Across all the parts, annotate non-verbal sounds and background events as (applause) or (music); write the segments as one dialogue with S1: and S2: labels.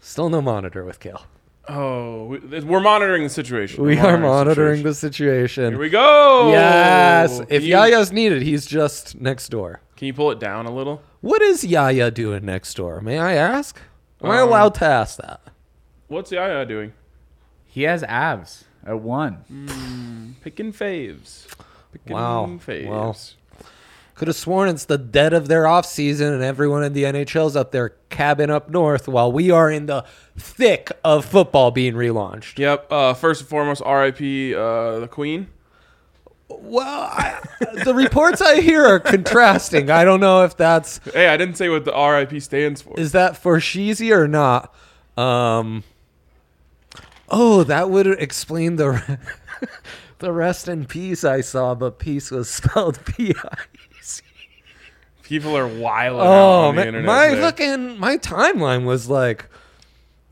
S1: Still no monitor with Kale.
S2: Oh, we- th- we're monitoring the situation.
S1: We
S2: We're
S1: are monitoring
S2: situation.
S1: the situation.
S2: Here we go.
S1: Yes. If
S2: Can you-
S1: Yaya's needed, he's just next door.
S2: can you pull it down a little?
S1: What is Yaya doing next door? May I ask? Am I
S2: Um,
S1: allowed to ask that?
S2: What's Yaya doing?
S3: He has abs at one.
S2: Picking faves. Picking
S1: Wow.
S2: Faves.
S1: Well. Could have sworn it's the dead of their off season, and everyone in the NHL's up there cabin up north while we are in the thick of football being relaunched. (laughs)
S2: Yep. Uh, first and foremost, R.I.P. Uh, the Queen.
S1: Well, I, the reports I hear are contrasting. I don't know if that's
S2: Hey, I didn't say what the R.I.P. stands for.
S1: is that for sheezy or not. Um, oh, that would explain the re- (laughs) the rest in peace I saw, but peace was spelled (laughs) P I.
S2: People are wild out
S1: Oh
S2: on the
S1: man,
S2: internet.
S1: my
S2: today.
S1: fucking my timeline was like,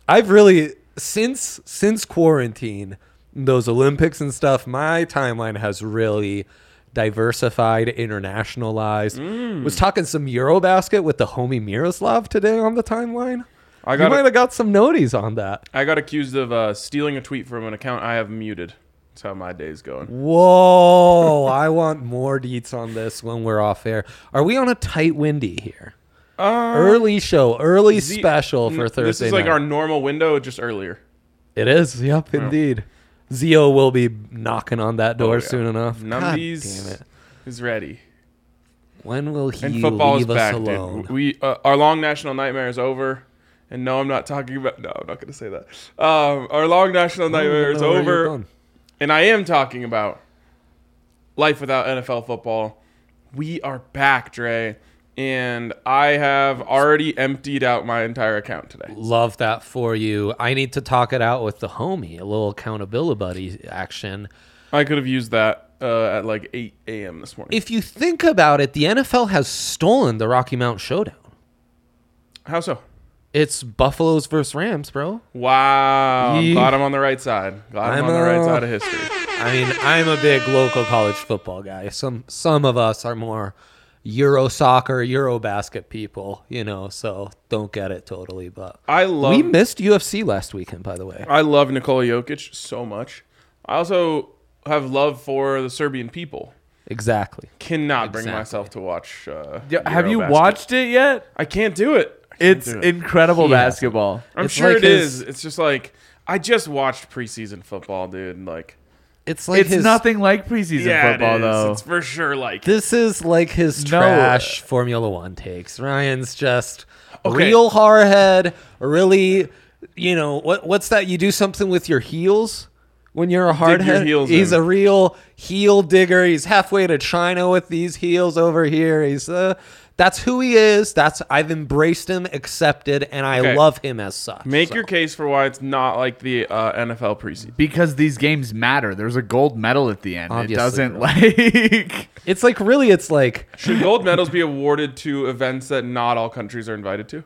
S1: I've really since since quarantine, those Olympics and stuff. My timeline has really diversified, internationalized.
S2: Mm.
S1: Was talking some EuroBasket with the homie Miroslav today on the timeline.
S2: I
S1: You
S2: got
S1: might have got some noties on that.
S2: I got accused of uh, stealing a tweet from an account I have muted. That's how my day's going.
S1: Whoa! (laughs) I want more deets on this when we're off air. Are we on a tight windy here? early show, early
S2: The-
S1: special
S2: Uh, n-
S1: for Thursday.
S2: This is like
S1: night.
S2: our normal window, just earlier.
S1: It is. Yep, indeed. Zio will be knocking on that door
S2: Oh, yeah.
S1: soon enough. God
S2: Numbies
S1: damn it.
S2: is ready.
S1: When will he
S2: And football is
S1: leave us
S2: back,
S1: alone?
S2: dude. We uh, our long national nightmare is over. And no, I'm not talking about. No, I'm not going to say that. Um, our long national
S1: I don't
S2: nightmare
S1: even
S2: is
S1: know where you're
S2: over,
S1: going.
S2: and I am talking about life without NFL football. We are back, Dre, and I have already emptied out my entire account today.
S1: Love that for you. I need to talk it out with the homie. A little accountability buddy action.
S2: I could have used that uh, at like 8 a.m. this morning.
S1: If you think about it, the NFL has stolen the Rocky Mount Showdown.
S2: How so?
S1: It's Buffalo's versus Rams, bro.
S2: Wow. I'm
S1: Ye-
S2: glad I'm on the right side. Glad I'm,
S1: I'm
S2: on the right
S1: a-
S2: side of history.
S1: I mean, I'm a big local college football guy. Some some of us are more Euro soccer, Euro basket people, you know, so don't get it totally, but
S2: I love
S1: we missed UFC last weekend, by the way.
S2: I love Nikola Jokic so much. I also have love for the Serbian people.
S1: Exactly.
S2: Cannot bring
S1: Exactly.
S2: myself to watch. Uh,
S3: Yeah, have you
S2: Eurobasket.
S3: watched it yet?
S2: I can't do it. I can't
S3: It's
S2: do it.
S3: incredible
S1: He has.
S3: basketball.
S2: I'm
S1: it's
S2: sure
S1: like
S2: it
S1: his-
S2: is. It's just like I just watched preseason football, dude. and, Like
S1: It's like
S3: it's
S1: his,
S3: nothing like preseason
S2: yeah,
S3: football,
S2: it is.
S3: though.
S2: It's for sure like
S1: This is like his
S3: No.
S1: trash Formula One takes. Ryan's just
S2: Okay.
S1: real hard head, really. You know what? What's that? You do something with your heels when you're a hard
S2: your
S1: head.
S2: heels
S1: He's
S2: in.
S1: a real heel digger. He's halfway to China with these heels over here. He's uh, that's who he is. That's I've embraced him, accepted, and I
S2: Okay.
S1: love him as such.
S2: Make
S1: So-
S2: your case for why it's not like the uh, NFL preseason.
S3: because these games matter. There's a gold medal at the end.
S1: Obviously,
S3: it doesn't like. (laughs)
S1: It's like really. It's like
S2: Should gold medals be awarded to events that not all countries are invited to?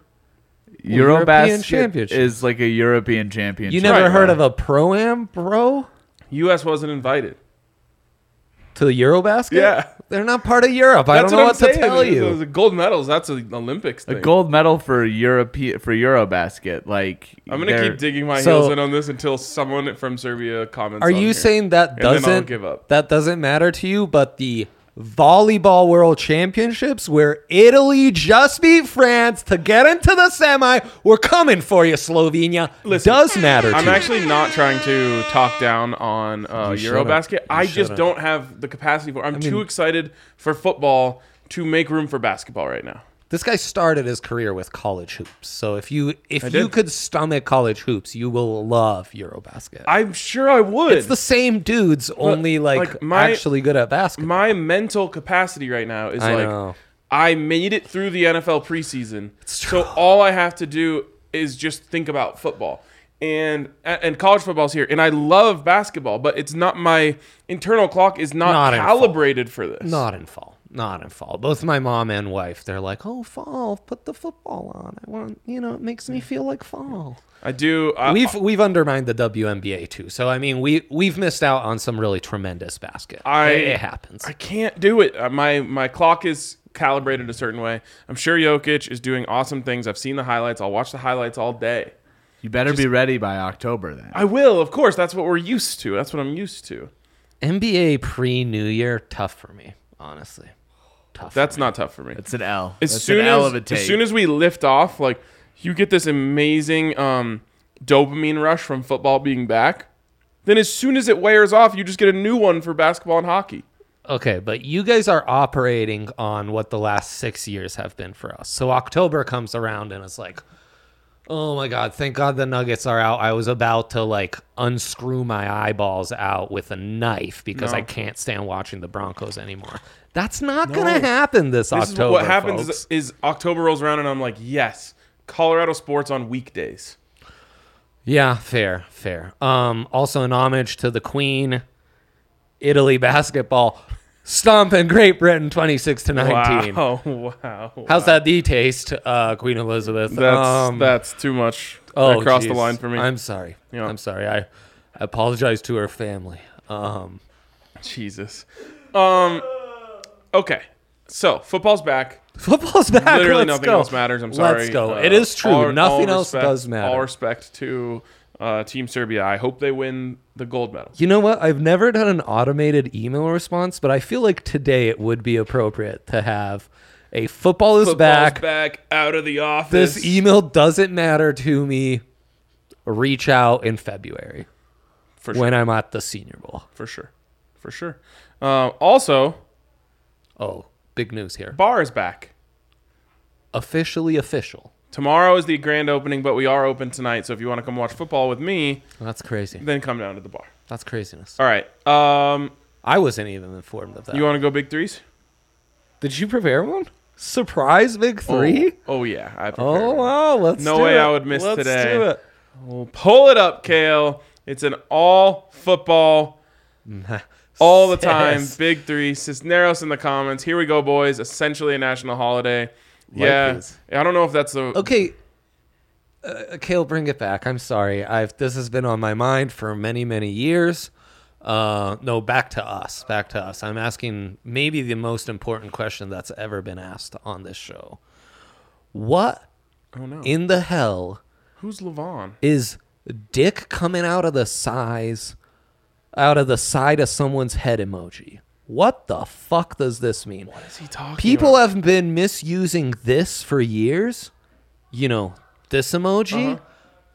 S1: European
S3: Eurobasket
S1: Championship.
S3: is like a European championship.
S1: you never
S2: right,
S1: heard
S2: right.
S1: of a pro am, bro.
S2: U.S. wasn't invited.
S1: To the Eurobasket?
S2: Yeah.
S1: They're not part of Europe. I
S2: That's
S1: don't know what,
S2: I'm
S1: to
S2: saying.
S1: tell
S2: It's-
S1: you.
S2: it's gold medals. That's an Olympics
S3: a
S2: thing.
S3: gold medal for Europe for Eurobasket. Like
S2: I'm gonna
S3: they're-
S2: keep digging my
S1: So-
S2: heels in on this until someone from Serbia comments.
S1: Are
S2: on
S1: you
S2: here.
S1: saying that
S2: And then I'll
S1: doesn't
S2: give up.
S1: that doesn't matter to you, but the volleyball world championships where Italy just beat France to get into the semi, we're coming for you, Slovenia.
S2: Listen,
S1: does matter to
S2: I'm
S1: you.
S2: actually not trying to talk down on uh,
S1: You shouldn't. You
S2: Eurobasket. I just
S1: shouldn't.
S2: don't have the capacity for. I'm too excited for football to make room for basketball right now.
S1: this guy started his career with college hoops. So if you if
S2: I
S1: you
S2: did.
S1: could stomach college hoops, you will love Eurobasket.
S2: I'm sure I would.
S1: it's the same dudes, only like,
S2: like, my-
S1: actually good at basketball.
S2: my mental capacity right now is
S1: I
S2: like
S1: know.
S2: I made it through the NFL preseason. So all I have to do is just think about football. And and college football's here and I love basketball, but it's not my internal clock is not,
S1: Not in fall.
S2: calibrated for this.
S1: Not in fall. Not in fall. Both my mom and wife, they're like, "Oh, fall, put the football on. I want, you know, it makes me feel like fall."
S2: I do I,
S1: We've we've undermined the WNBA too. So I mean, we we've missed out on some really tremendous basket.
S2: I-
S1: it, it happens.
S2: I can't do it. Uh, My my clock is calibrated a certain way. I'm sure Jokic is doing awesome things. I've seen the highlights. I'll watch the highlights all day.
S3: You better be ready by October then.
S2: I will, of course. That's what we're used to. That's what I'm used to.
S1: NBA pre New Year tough for me, honestly. Tough.
S2: That's not tough for me.
S3: It's an L.
S2: as
S3: That's
S2: soon
S3: an
S2: as
S3: L of a take.
S2: as soon as we lift off, like you get this amazing um, dopamine rush from football being back. Then as soon as it wears off, you just get a new one for basketball and hockey.
S1: Okay, but you guys are operating on what the last six years have been for us. So October comes around and it's like, oh my God, thank God the Nuggets are out. I was about to like unscrew my eyeballs out with a knife because I
S2: No.
S1: can't stand watching the Broncos anymore. That's not going to happen this,
S2: This
S1: October.
S2: is what happens
S1: folks.
S2: is, is October rolls around and I'm like, yes, Colorado sports on weekdays.
S1: Yeah, fair, fair. Um, also, an homage to the Queen, Italy basketball, stomping Great Britain 26 to 19.
S2: Wow, (laughs) wow.
S1: How's that D taste, uh, Queen Elizabeth?
S2: That's
S1: Um,
S2: that's too much
S1: oh,
S2: across the
S1: geez.
S2: line for me.
S1: I'm sorry.
S2: Yeah.
S1: I'm sorry. I, I apologize to her family. Um, (laughs)
S2: Jesus. Um. Okay. So football's back.
S1: football's back.
S2: Literally
S1: Ah, Let's
S2: nothing
S1: go.
S2: else matters. I'm sorry.
S1: Let's go.
S2: Uh,
S1: it is true.
S2: all-
S1: nothing
S2: all
S1: else
S2: respect-
S1: does matter.
S2: All respect to uh, Team Serbia. I hope they win the gold medal.
S1: you know what? I've never done an automated email response, but I feel like today it would be appropriate to have a football is
S2: Football's
S1: back.
S2: back out of the office.
S1: This email doesn't matter to me. Reach out in February
S2: for sure.
S1: when I'm at the Senior Bowl.
S2: for sure. For sure. Uh, also,
S1: Oh, big news here.
S2: bar is back.
S1: Officially official.
S2: Tomorrow is the grand opening, but we are open tonight. So if you want to come watch football with me,
S1: That's crazy.
S2: then come down to the bar.
S1: That's craziness.
S2: All right. Um,
S1: I wasn't even informed of that.
S2: you want to go big threes?
S1: Did you prepare one? Surprise big three?
S2: Oh, oh, yeah. I prepared
S1: Oh,
S2: one.
S1: wow, let's
S2: No
S1: do
S2: way
S1: it.
S2: I would miss
S1: Let's
S2: today.
S1: do it.
S2: We'll pull it up, Kale. It's an all football, all the time.
S1: Yes.
S2: Big three. Cisneros in the comments. Here we go, boys. Essentially a national holiday. yeah.
S1: this.
S2: I don't know if that's the.
S1: Okay. Uh, Kale, bring it back. I'm sorry. I've this has been on my mind for many, many years. Uh, no, back to us. Back to us. I'm asking maybe the most important question that's ever been asked on this show. What
S2: Oh, no.
S1: in the hell
S2: Who's LeVon?
S1: is dick coming out of the size out of the side of someone's head emoji what the fuck does this mean what is he
S2: talking
S1: people have been misusing this for years you know this
S2: Uh-huh.
S1: emoji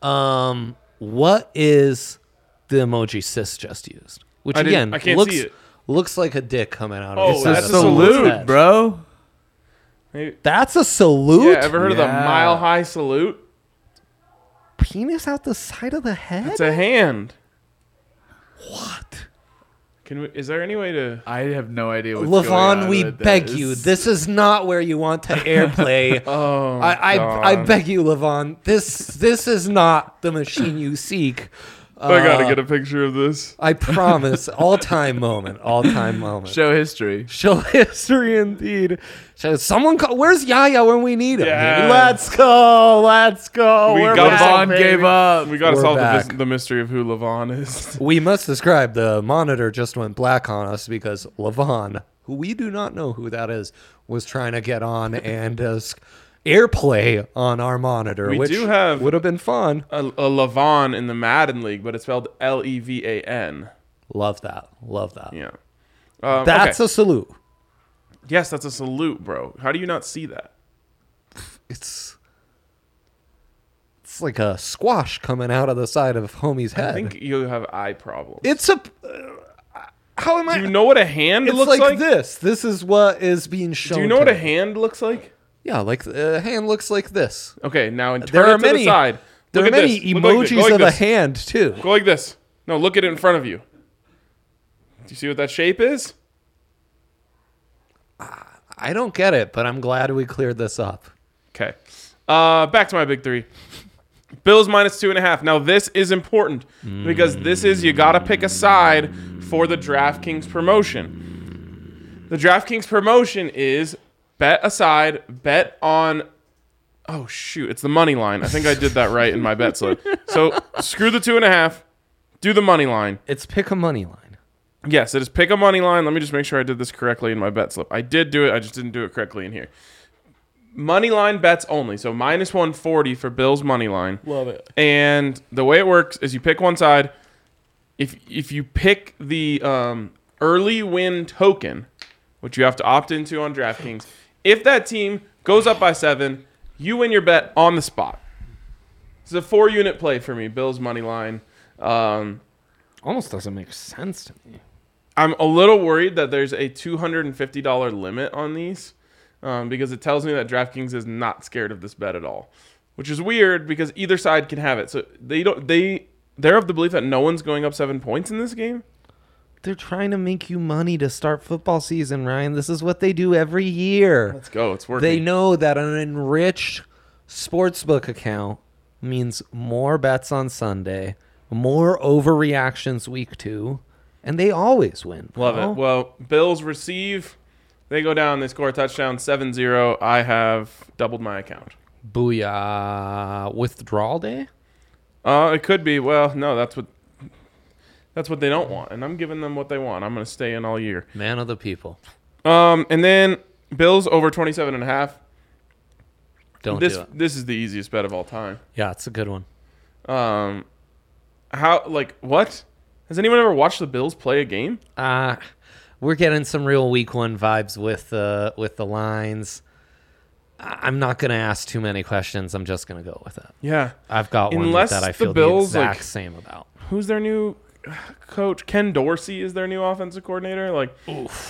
S1: um what is the emoji sis just used which
S2: I
S1: again
S2: didn't- I can't
S1: looks
S2: see it.
S1: looks like a dick coming out
S2: Oh,
S1: of his
S3: It's
S1: side
S3: a
S2: that's
S1: of someone's
S3: salute,
S1: head.
S3: bro.
S2: Maybe-
S1: That's a salute.
S2: Yeah, ever heard of the
S3: Yeah.
S2: mile high salute?
S1: Penis out the side of the head.
S2: It's a hand.
S1: what?
S2: Can we, is there any way to?
S3: I have no idea what's going
S1: Levon,
S3: on
S1: we
S3: with
S1: beg
S3: (laughs)
S1: you. This is not where you want
S2: (laughs)
S1: to airplay.
S2: Oh,
S1: I,
S2: God.
S1: I, I beg you, Levon. This this is not the machine you seek.
S2: I gotta
S1: Uh,
S2: get a picture of this.
S1: I promise. All time moment. All time moment. Show,
S3: show history.
S1: history indeed. Show someone. Call, where's Yaya when we need him?
S2: Yes.
S1: Let's go. Let's go.
S2: We
S1: We're
S2: got
S1: back.
S3: Levon
S2: baby.
S3: gave up.
S2: We gotta
S1: We're
S2: solve the,
S1: back.
S2: mys- the mystery of who Levon is. (laughs)
S1: We must describe the monitor just went black on us because Levon, who we do not know who that is, was trying to get
S2: (laughs)
S1: on and uh, s- airplay on our monitor.
S2: We
S1: which
S2: do have-
S1: would have been fun.
S2: A, a Levon in the Madden League, but it's spelled L E V A N.
S1: Love that. Love that.
S2: Yeah. Um,
S1: That's
S2: okay.
S1: a salute.
S2: yes, that's a salute, bro. How do you not see that?
S1: It's it's like a squash coming out of the side of homie's head.
S2: I think you have eye problems.
S1: it's a. Uh, how am
S2: do
S1: I?
S2: you know what a hand
S1: it's
S2: looks
S1: like,
S2: like?
S1: this. This is what is being shown.
S2: Do you know what
S1: to
S2: a
S1: me.
S2: hand looks like?
S1: Yeah, like a hand looks like this.
S2: Okay, now and
S1: There
S2: turn
S1: are
S2: it to
S1: many-
S2: the side.
S1: There
S2: Look
S1: are
S2: at
S1: many
S2: this. Look like this.
S1: emojis
S2: Go like
S1: of a
S2: this.
S1: hand too.
S2: Go like this. No, look at it in front of you. Do you see what that shape is?
S1: I don't get it, but I'm glad we cleared this up.
S2: Okay. Uh, back to my big three. Bills minus two and a half. Now this is important because this is you gotta pick a side for the DraftKings promotion. The DraftKings promotion is bet aside, bet on. Oh shoot, it's the money line. I think I did that right in my bet slip. So screw the two and a half. Do the money line.
S1: It's pick a money line.
S2: Yes, it is pick a money line. Let me just make sure I did this correctly in my bet slip. I did do it. I just didn't do it correctly in here. Money line bets only. So minus 140 for Bill's money line.
S1: Love it.
S2: And the way it works is you pick one side. If if you pick the um, early win token, which you have to opt into on DraftKings, if that team goes up by seven, you win your bet on the spot. It's a four unit play for me. Bill's money line. Um,
S1: Almost doesn't make sense to me.
S2: I'm a little worried that there's a $250 limit on these um, because it tells me that DraftKings is not scared of this bet at all, which is weird because either side can have it. So they don't they they're of the belief that no one's going up seven points in this game.
S1: They're trying to make you money to start football season, Ryan. This is what they do every year.
S2: Let's go, it's working.
S1: They know that an enriched sportsbook account means more bets on Sunday, more overreactions week two, and they always win.
S2: Love
S1: pal.
S2: it. Well, Bills receive. They go down. They score a touchdown, 7-0. I have doubled my account.
S1: Booyah. Withdrawal day?
S2: Uh, it could be. Well, no, that's what that's what they don't want, and I'm giving them what they want. I'm going to stay in all year.
S1: Man of the people.
S2: Um, and then Bills over 27 and a half.
S1: Don't
S2: this
S1: do it.
S2: this is the easiest bet of all time.
S1: Yeah, it's a good one.
S2: Um, how like what? Has anyone ever watched the Bills play a game?
S1: Uh we're getting some real week one vibes with the with the lines. I- I'm not gonna ask too many questions. I'm just gonna go with it.
S2: Yeah.
S1: I've got one
S2: Unless
S1: that I
S2: the
S1: feel the,
S2: Bills, like-
S1: exact same about.
S2: Uh, Who's their new uh, coach? Ken Dorsey is their new offensive coordinator. Like,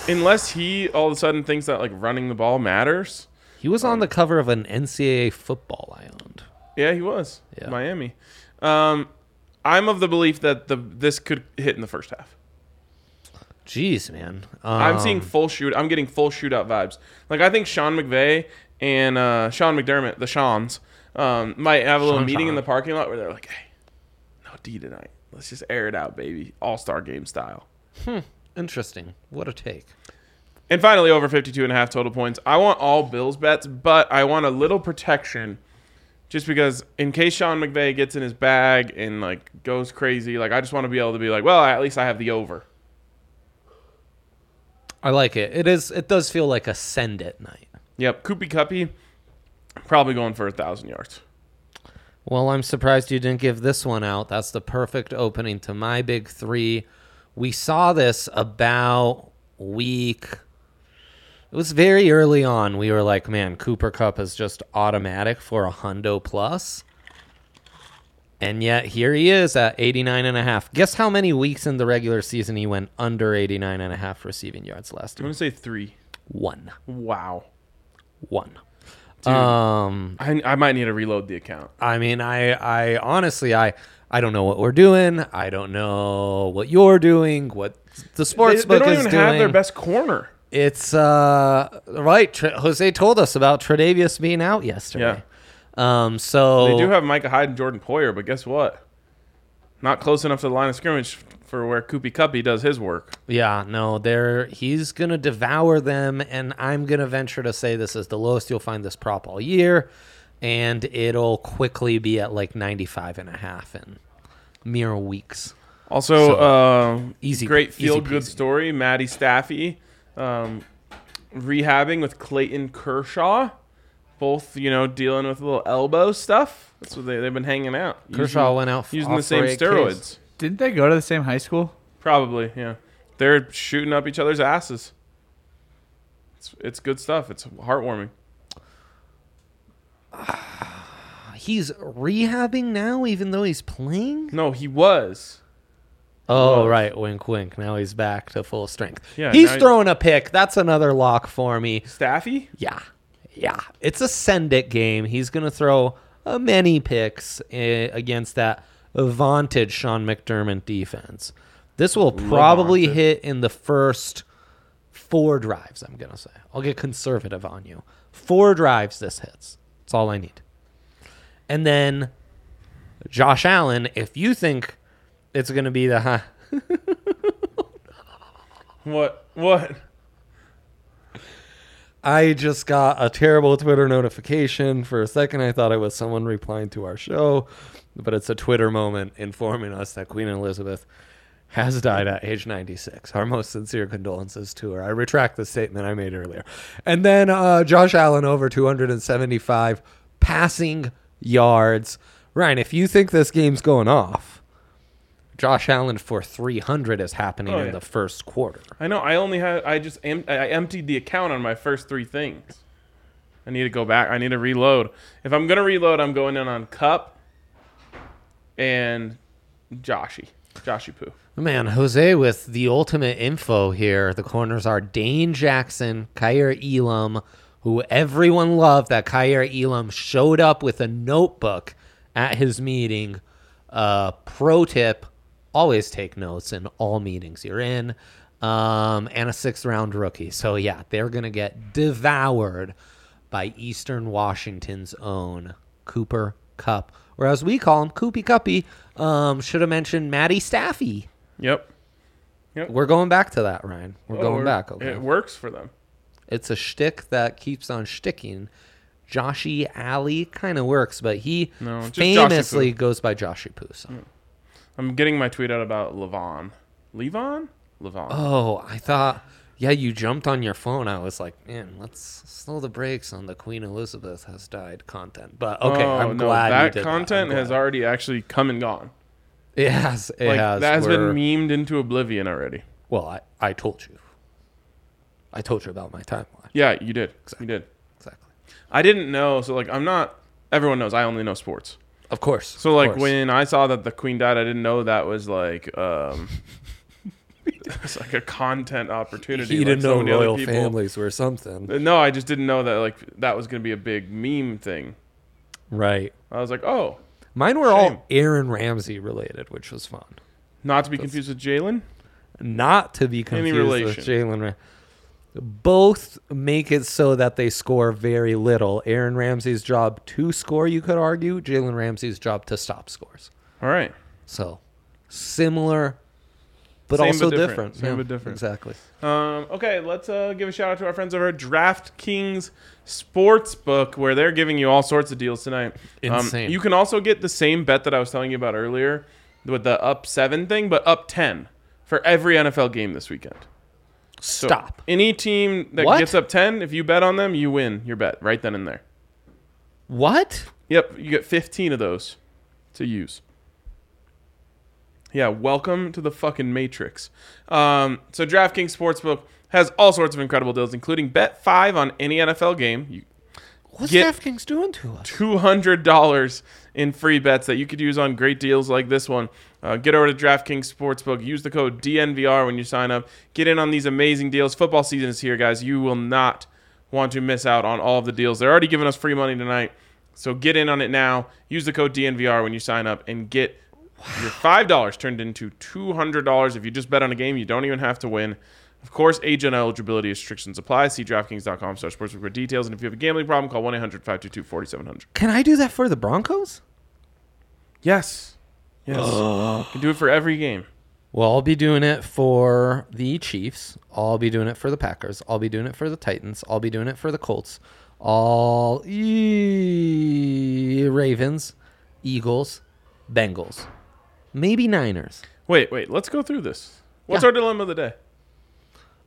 S2: unless he all of a sudden thinks that like running the ball matters.
S1: He was on the cover of an NCAA football I owned.
S2: Yeah, he was
S1: Yeah.
S2: Miami. Um, I'm of the belief that the this could hit in the first half.
S1: Jeez, man. Um,
S2: I'm seeing full shoot. I'm getting full shootout vibes. Like I think Sean McVay and uh, Sean McDermott, the Shawns, um, might have a little
S1: Sean
S2: meeting in
S1: Sean.
S2: the parking lot where they're like, "Hey, no D tonight. Let's just air it out, baby. All Star Game style."
S1: interesting. What a take.
S2: And finally, over 52 and a half total points. I want all Bills bets, but I want a little protection, just because in case Sean McVay gets in his bag and like goes crazy, like I just want to be able to be like, "Well, at least I have the over."
S1: I like it. It is it does feel like a send it night.
S2: Yep, Koopy Cuppy, probably going for a thousand yards.
S1: Well, I'm surprised you didn't give this one out. That's the perfect opening to my big three. We saw this about week. It was very early on. We were like, man, Cooper Cup is just automatic for a hundo plus. And yet here he is at 89 and a half. Guess how many weeks in the regular season he went under 89 and a half receiving yards last
S2: I'm
S1: year?
S2: gonna say three.
S1: One.
S2: Wow.
S1: One. Um
S2: I, I might need to reload the account.
S1: I mean, I, I honestly, I, I don't know what we're doing. I don't know what you're doing. What the
S2: They,
S1: sports
S2: they don't
S1: is
S2: even
S1: doing.
S2: have their best corner.
S1: It's uh right. Tr- Jose told us about Tre'Davious being out yesterday. Um. So
S2: They do have Micah Hyde and Jordan Poyer, but guess what? Not close enough to the line of scrimmage for where Koopy Cuppy does his work.
S1: Yeah, no, they're he's gonna devour them, and I'm gonna venture to say this is the lowest you'll find this prop all year, and it'll quickly be at like 95 and a half in mere weeks.
S2: Also,
S1: So,
S2: uh,
S1: easy-
S2: great
S1: easy
S2: feel good
S1: peasy.
S2: story. Maddie Staffy um, rehabbing with Clayton Kershaw. Both, you know, dealing with a little elbow stuff. That's what they, they've been hanging out.
S1: Kershaw
S2: Using-
S1: went out f-
S2: using
S1: off
S2: the same
S1: for AKs.
S2: steroids.
S3: Didn't they go to the same high school?
S2: Probably, yeah. They're shooting up each other's asses. It's, it's good stuff. It's heartwarming.
S1: He's rehabbing now, even though he's playing.
S2: No, he was.
S1: Oh, right, wink, wink. Now he's back to full strength.
S2: Yeah,
S1: he's
S2: now he-
S1: throwing a pick. That's another lock for me.
S2: Staffy?
S1: Yeah. Yeah. It's a send it game. He's going to throw uh, many picks eh, against that vaunted Sean McDermott defense. This will probably
S2: vaunted.
S1: hit in the first four drives, I'm going to say. I'll get conservative on you. Four drives this hits. That's all I need. And then Josh Allen, if you think it's going to be the high,
S2: What? What?
S1: I just got a terrible Twitter notification. For a second, I thought it was someone replying to our show, but it's a Twitter moment informing us that Queen Elizabeth has died at age 96. Our most sincere condolences to her. I retract the statement I made earlier. And then uh, Josh Allen over 275 passing yards. Ryan, if you think this game's going off, Josh Allen for 300 is happening
S2: Oh,
S1: in
S2: yeah.
S1: the first quarter.
S2: I know. I only had. I just. Em- I I emptied the account on my first three things. I need to go back. I need to reload. If I'm gonna reload, I'm going in on Cup and Joshy. Joshy Poo.
S1: Man, Jose with the ultimate info here. The corners are Dane Jackson, Kyer Elam, who everyone loved that Kyer Elam showed up with a notebook at his meeting. Uh, pro tip always take notes in all meetings you're in. Um, and a sixth round rookie. So, yeah, they're going to get devoured by Eastern Washington's own Cooper Cup, or as we call him, Coopy Cuppy. Um, should have mentioned Matty Staffy.
S2: Yep.
S1: We're going back to that, Ryan. We're
S2: Oh,
S1: going
S2: we're-
S1: back. Okay.
S2: It works for them.
S1: it's a shtick that keeps on shticking. Joshy Alley kind of works, but he
S2: No, just Mm. Joshy
S1: famously goes by Joshy Poo. so-
S2: I'm getting my tweet out about Levon. Levon. Levon.
S1: Oh, I thought, yeah, you jumped on your phone. I was like, man, let's slow the brakes on the Queen Elizabeth has died content. But okay,
S2: Oh,
S1: I'm
S2: no,
S1: glad
S2: that
S1: you did
S2: content
S1: that. I'm
S2: has
S1: glad.
S2: already actually come and gone.
S1: it has it
S2: Like
S1: has,
S2: that has
S1: We're-
S2: been memed into oblivion already.
S1: Well, I I told you, I told you about my timeline
S2: Yeah, you did. You did.
S1: exactly.
S2: I didn't know, so like I'm not. Everyone knows I only know sports.
S1: Of course.
S2: So
S1: of
S2: like
S1: course.
S2: when I saw that the queen died, I didn't know that was like um, (laughs) it's like a content opportunity.
S1: he
S2: like
S1: didn't
S2: so
S1: know
S2: many other
S1: royal
S2: people.
S1: families were something.
S2: No, I just didn't know that like that was gonna be a big meme thing.
S1: Right.
S2: I was like, oh,
S1: Mine were
S2: Shame.
S1: all Aaron Ramsey related, which was fun.
S2: not to be confused with Jalen.
S1: Not to be confused with
S2: relation.
S1: Jalen Ramsey. Both make it so that they score very little. Aaron Ramsey's job to score, you could argue. Jalen Ramsey's job to stop scores.
S2: All right,
S1: So similar, but
S2: Same but
S1: also
S2: different.
S1: different.
S2: Same but different.
S1: Exactly.
S2: um, okay, let's uh, give a shout out to our friends over at DraftKings Sportsbook, where they're giving you all sorts of deals tonight.
S1: Insane.
S2: Um, you can also get the same bet that I was telling you about earlier with the up seven thing, but up ten for every NFL game this weekend. So
S1: Stop.
S2: Any team that
S1: What?
S2: gets up 10, if you bet on them, you win your bet right then and there.
S1: What?
S2: Yep, you get 15 of those to use. Yeah, welcome to the fucking matrix. Um, so DraftKings Sportsbook has all sorts of incredible deals, including bet five on any NFL game. You
S1: What's
S2: Get-
S1: DraftKings doing to us?
S2: $200 in free bets that you could use on great deals like this one. Uh, get over to DraftKings Sportsbook. Use the code DNVR when you sign up. Get in on these amazing deals. Football season is here, guys. You will not want to miss out on all of the deals. They're already giving us free money tonight. So get in on it now. Use the code DNVR when you sign up and get your $5 turned into $200 if you just bet on a game. You don't even have to win. Of course, age and eligibility restrictions apply. See DraftKings.com slash sportsbook for details. And if you have a gambling problem, call 1-800-522-4700.
S1: Can I do that for the Broncos?
S2: Yes. Yes. You can do it for every game.
S1: Well, I'll be doing it for the Chiefs. I'll be doing it for the Packers. I'll be doing it for the Titans. I'll be doing it for the Colts. All e- Ravens, Eagles, Bengals, maybe Niners.
S2: Wait, wait. Let's go through this. What's
S1: Yeah.
S2: our dilemma of the day?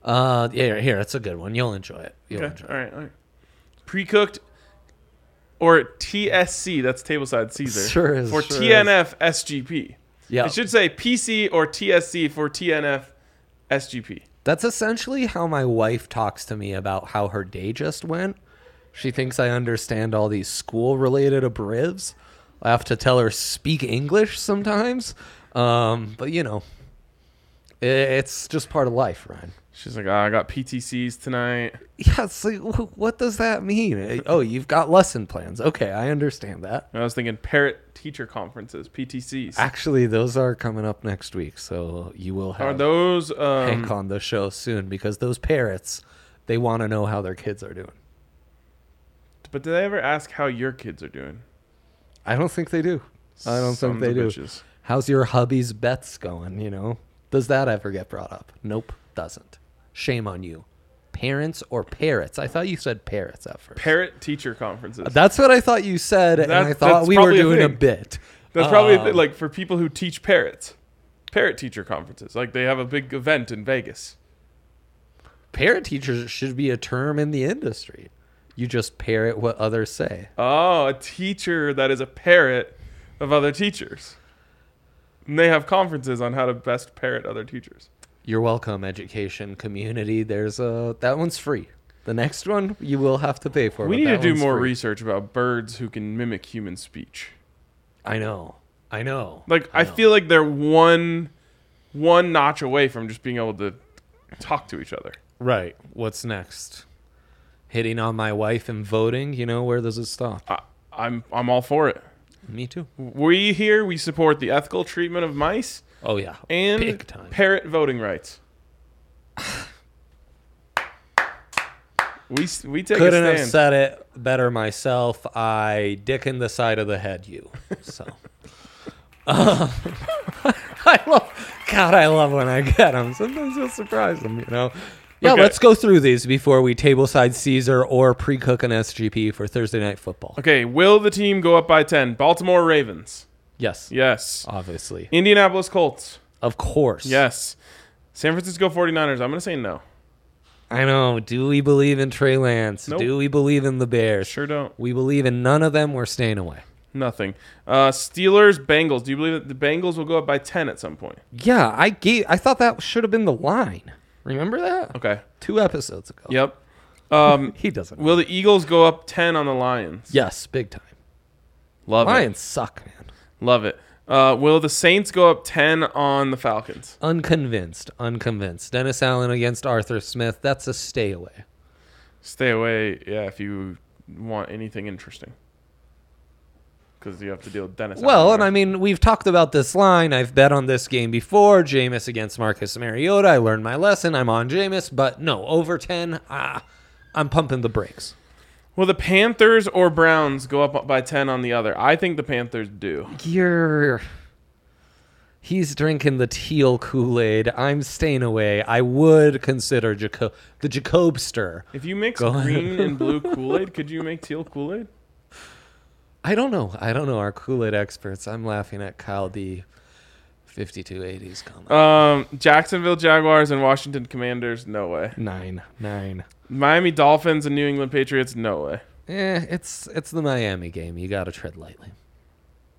S1: Uh, yeah, here it's a good one. You'll enjoy it. You'll
S2: Okay.
S1: enjoy
S2: All right. All right. Pre-cooked or TSC. That's tableside Caesar.
S1: Sure is,
S2: For
S1: sure
S2: TNF SGP.
S1: Yeah.
S2: It should say PC or TSC for TNF SGP.
S1: That's essentially how my wife talks to me about how her day just went. She thinks I understand all these school related abrivs. I have to tell her speak English sometimes. Um, but you know, i- it's just part of life, Ryan.
S2: She's like, "Ah, I got PTCs tonight.
S1: Yeah, it's like, wh- what does that mean? (laughs) Oh, you've got lesson plans. Okay, I understand that.
S2: I was thinking parrot teacher conferences, PTCs.
S1: Actually, those are coming up next week, so you will
S2: Are
S1: have
S2: those
S1: Hank
S2: um,
S1: on the show soon because those parrots, they want to know how their kids are doing.
S2: but did I ever ask how your kids are doing?
S1: I don't think they do. I don't
S2: Sons
S1: think they
S2: of
S1: do.
S2: bitches.
S1: How's your hubby's bets going? You know, does that ever get brought up? Nope, doesn't. Shame on you. Parents or parrots? I thought you said parrots at first.
S2: Parrot teacher conferences.
S1: that's what I thought you said, and
S2: That-
S1: I thought
S2: that's
S1: we were
S2: probably a
S1: doing a,
S2: thing.
S1: bit. Um,
S2: That's probably
S1: Oh.
S2: a bit like for people who teach parrots. Parrot teacher conferences. Like they have a big event in Vegas.
S1: Parrot teachers should be a term in the industry. You just parrot what others say.
S2: Oh, a teacher that is a parrot of other teachers. And they have conferences on how to best parrot other teachers.
S1: You're welcome, education community. There's a that one's free. The next one you will have to pay for.
S2: we
S1: but
S2: need to
S1: that
S2: do
S1: one's
S2: more
S1: free.
S2: research about birds who can mimic human speech.
S1: I know. I know.
S2: Like I, feel like they're one one notch away from just being able to talk to each other.
S1: Right. What's next? Hitting on my wife and voting. You know where does it stop?
S2: I, I'm I'm all for it.
S1: Me too.
S2: We here we support the ethical treatment of mice
S1: Oh yeah.
S2: and
S1: big time.
S2: parrot voting rights. we s- we take
S1: Couldn't
S2: a
S1: have
S2: stand.
S1: said it better myself. I dick in the side of the head. You. So. (laughs) Um, I love. God, I love when I get them. Sometimes you'll surprise them. You know. Yeah,
S2: Okay.
S1: let's go through these before we tableside Caesar or pre-cook an SGP for Thursday night football.
S2: okay, will the team go up by 10? Baltimore Ravens.
S1: Yes,
S2: Yes.
S1: obviously,
S2: Indianapolis Colts.
S1: of course.
S2: Yes. San Francisco 49ers. I'm going to say no.
S1: I know. Do we believe in Trey Lance?
S2: Nope.
S1: Do we believe in the Bears?
S2: Sure don't.
S1: We believe in none of them. We're staying away.
S2: Nothing. Uh, Steelers, Bengals. Do you believe that the Bengals will go up by 10 at some point?
S1: Yeah, I gave. I thought that should have been the line. Remember that?
S2: Okay.
S1: Two episodes ago.
S2: Yep. Um,
S1: (laughs) He doesn't.
S2: will the Eagles go up 10 on the Lions?
S1: yes, big time.
S2: Love
S1: Lions suck, man.
S2: it. Love it. Uh, will the Saints go up 10 on the Falcons?
S1: Unconvinced. Unconvinced. Dennis Allen against Arthur Smith. That's a stay away.
S2: Stay away, yeah, if you want anything interesting. Because you have to deal with Dennis.
S1: Well,
S2: Allen,
S1: and I
S2: right?
S1: mean, we've talked about this line. I've bet on this game before. Jameis against Marcus Mariota. I learned my lesson. I'm on Jameis, but no, over 10. Ah, I'm pumping the brakes.
S2: Will the Panthers or Browns go up by 10 on the other? I think the Panthers do.
S1: You're. He's drinking the teal Kool Aid. I'm staying away. I would consider Jaco- the Jacobster.
S2: If you mix
S1: Go ahead.
S2: green
S1: (laughs)
S2: and blue Kool Aid, could you make teal Kool Aid?
S1: I don't know. I don't know our Kool Aid experts. I'm laughing at Kyle D. 5280s comment.
S2: Um, Jacksonville Jaguars and Washington Commanders, no way.
S1: nine, nine.
S2: Miami Dolphins and New England Patriots, no way.
S1: Eh, it's it's the Miami game. You gotta tread lightly.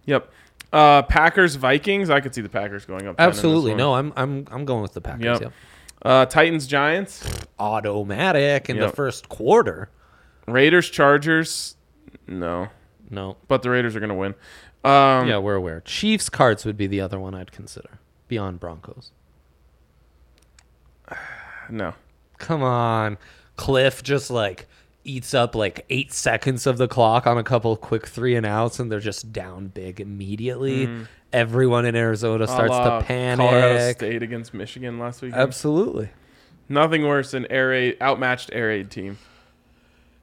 S2: Yep. Uh, Packers Vikings, I could see the Packers going up. 10 in this
S1: Absolutely.
S2: one.
S1: No, I'm I'm I'm going with the Packers.
S2: Yep.
S1: Yep.
S2: Uh, Titans Giants,
S1: Automatic in
S2: Yep.
S1: the first quarter.
S2: Raiders Chargers, no.
S1: No.
S2: But the Raiders are gonna win. Um,
S1: yeah, we're aware. Chiefs cards would be the other one I'd consider beyond Broncos.
S2: No.
S1: Come on. Cliff just like eats up like eight seconds of the clock on a couple quick three and outs, and they're just down big immediately. Everyone in Arizona
S2: Mm-hmm. A
S1: starts
S2: la
S1: to panic.
S2: Colorado State against Michigan last week.
S1: Absolutely.
S2: Nothing worse than air raid, outmatched air raid team.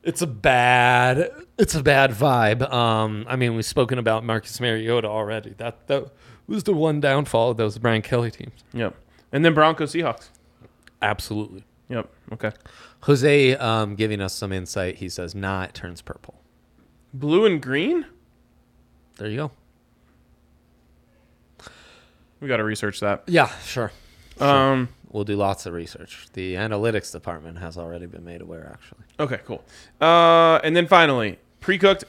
S1: It's a bad it's a bad vibe. Um I mean we've spoken about Marcus Mariota already. That that was the one downfall of those Brian Kelly teams.
S2: Yep. And then Broncos Seahawks.
S1: Absolutely.
S2: Yep. Okay.
S1: Jose um giving us some insight. He says nah it turns purple.
S2: Blue and green.
S1: There you go.
S2: We got to research that.
S1: Yeah, sure.
S2: Um.
S1: We'll do lots of research. The analytics department has already been made aware, actually.
S2: Okay. Cool. Uh. And then finally, pre-cooked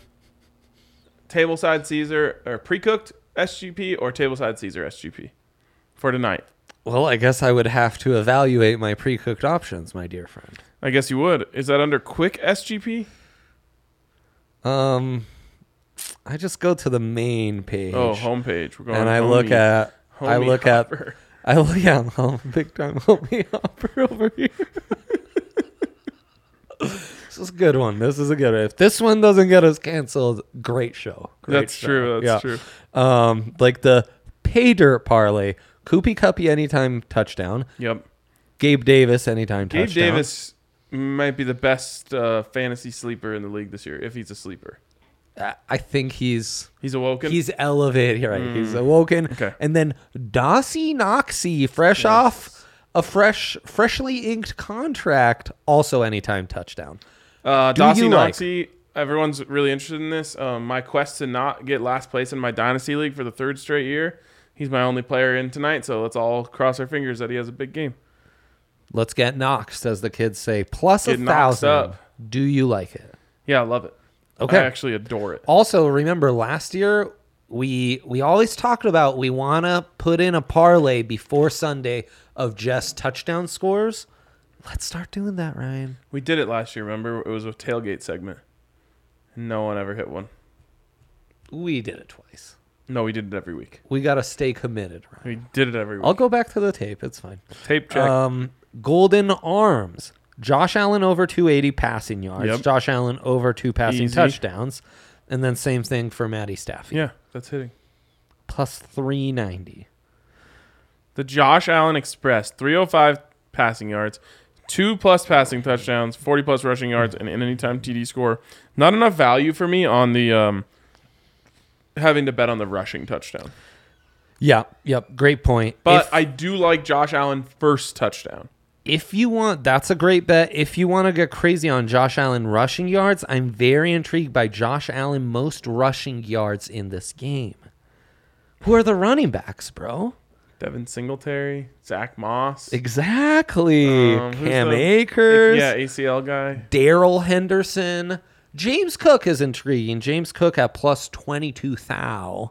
S2: table side Caesar or pre-cooked SGP or table side Caesar SGP for tonight.
S1: Well, I guess I would have to evaluate my pre cooked options, my dear friend.
S2: I guess you would. Is that under quick SGP?
S1: Um, I just go to the main page.
S2: Oh, homepage. We're going.
S1: and I
S2: homey-
S1: look at, I
S2: homey
S1: look at, (laughs)
S2: hopper.
S1: I look at I'm home,
S2: (laughs)
S1: big time homie hopper over here. this is a good one. This is a good one. If this one doesn't get us canceled, great show. Great
S2: That's
S1: show.
S2: true. That's
S1: Yeah.
S2: true.
S1: Um, like the pay dirt parlay, Koopy Cuppy anytime touchdown,
S2: Yep.
S1: Gabe Davis anytime
S2: Gabe
S1: touchdown.
S2: Davis might be the best uh, fantasy sleeper in the league this year if he's a sleeper.
S1: I- I think he's
S2: He's awoken. Hmm.
S1: he's elevated, right? He's awoken.
S2: Okay.
S1: And then Dossie Noxie, fresh off a fresh, freshly inked contract, also anytime touchdown.
S2: uh,
S1: Do you
S2: Dossie
S1: like-
S2: Noxie. Everyone's really interested in this. Um, my quest to not get last place in my dynasty league for the third straight year. He's my only player in tonight, so let's all cross our fingers that he has a big game.
S1: Let's get Knox, as the kids say. Plus
S2: Get
S1: a
S2: Knoxed
S1: thousand.
S2: up.
S1: Do you like it?
S2: Yeah, I love it.
S1: Okay.
S2: I actually adore it.
S1: Also, remember last year we we always talked about we want to put in a parlay before Sunday of just touchdown scores. Let's start doing that, Ryan.
S2: We did it last year. Remember, it was a tailgate segment. No one ever hit one.
S1: We did it twice.
S2: No, we did it every week.
S1: We got to stay committed, Ryan.
S2: We did it every week.
S1: I'll go back to the tape. It's fine.
S2: Tape check.
S1: Um, Golden Arms. Josh Allen over 280 passing yards.
S2: Yep.
S1: Josh Allen over two passing
S2: Easy.
S1: touchdowns. And then same thing for Matty Stafford.
S2: yeah, that's hitting.
S1: Plus 390.
S2: The Josh Allen Express, 305 passing yards, two plus passing touchdowns, 40 plus rushing yards, and an anytime TD score. Not enough value for me on the um, having to bet on the rushing touchdown.
S1: Yep. Yep. Great point.
S2: But
S1: If-
S2: I do like Josh Allen first touchdown.
S1: if you want, that's a great bet. If you want to get crazy on Josh Allen rushing yards, I'm very intrigued by Josh Allen most rushing yards in this game. Who are the running backs, bro?
S2: Devin Singletary, Zach Moss,
S1: Exactly.
S2: Um, who's
S1: Cam
S2: the-
S1: Akers.
S2: yeah, ACL guy.
S1: Daryl Henderson. James Cook is intriguing. James Cook at plus 22 thou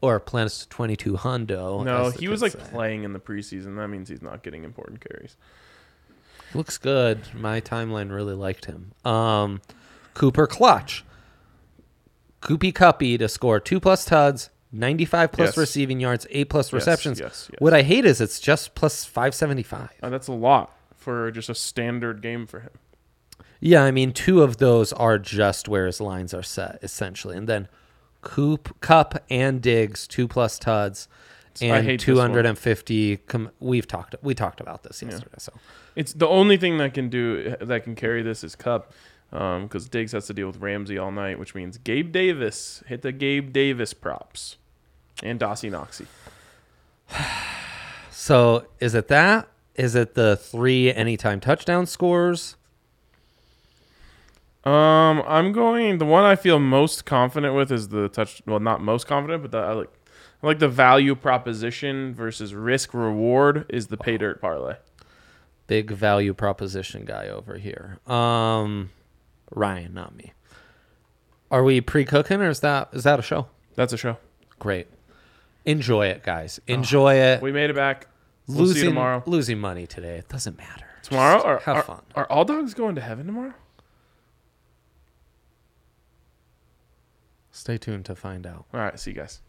S1: or plus 22 hundo.
S2: No,
S1: as the
S2: he was like
S1: kids say.
S2: playing in the preseason. That means he's not getting important carries.
S1: looks good. My timeline really liked him. Um, Cooper Clutch. Koopy Cuppy to score two plus tuds, 95 plus
S2: Yes.
S1: receiving yards, eight plus receptions.
S2: yes, yes.
S1: What I hate is it's just plus 575.
S2: Uh, that's a lot for just a standard game for him.
S1: Yeah, I mean, two of those are just where his lines are set, essentially. And then Coop, Cup, and Diggs, two plus Tuds,
S2: I
S1: and
S2: hate this one.
S1: 250. Com- we've talked we talked about this yesterday. So
S2: It's the only thing that can do that can carry this is Cup, because Diggs has to deal with Ramsey all night, which means Gabe Davis hit the Gabe Davis props, and Dossie Noxie.
S1: so is it that? Is it the three anytime touchdown scores?
S2: Um, I'm going. The one I feel most confident with is the touch. Well, not most confident, but the, I like. I like the value proposition versus risk reward is the pay dirt parlay.
S1: Big value proposition guy over here. Um, Ryan, not me. Are we pre cooking or is that is that a show?
S2: That's a show.
S1: Great. Enjoy it, guys. Enjoy it.
S2: Oh, We made it back. We'll
S1: losing
S2: see you tomorrow.
S1: losing money today. It doesn't matter.
S2: Tomorrow?
S1: Just
S2: Are,
S1: have
S2: are-
S1: fun.
S2: Are all dogs going to heaven tomorrow?
S4: Stay tuned to find out.
S1: All right. See you guys.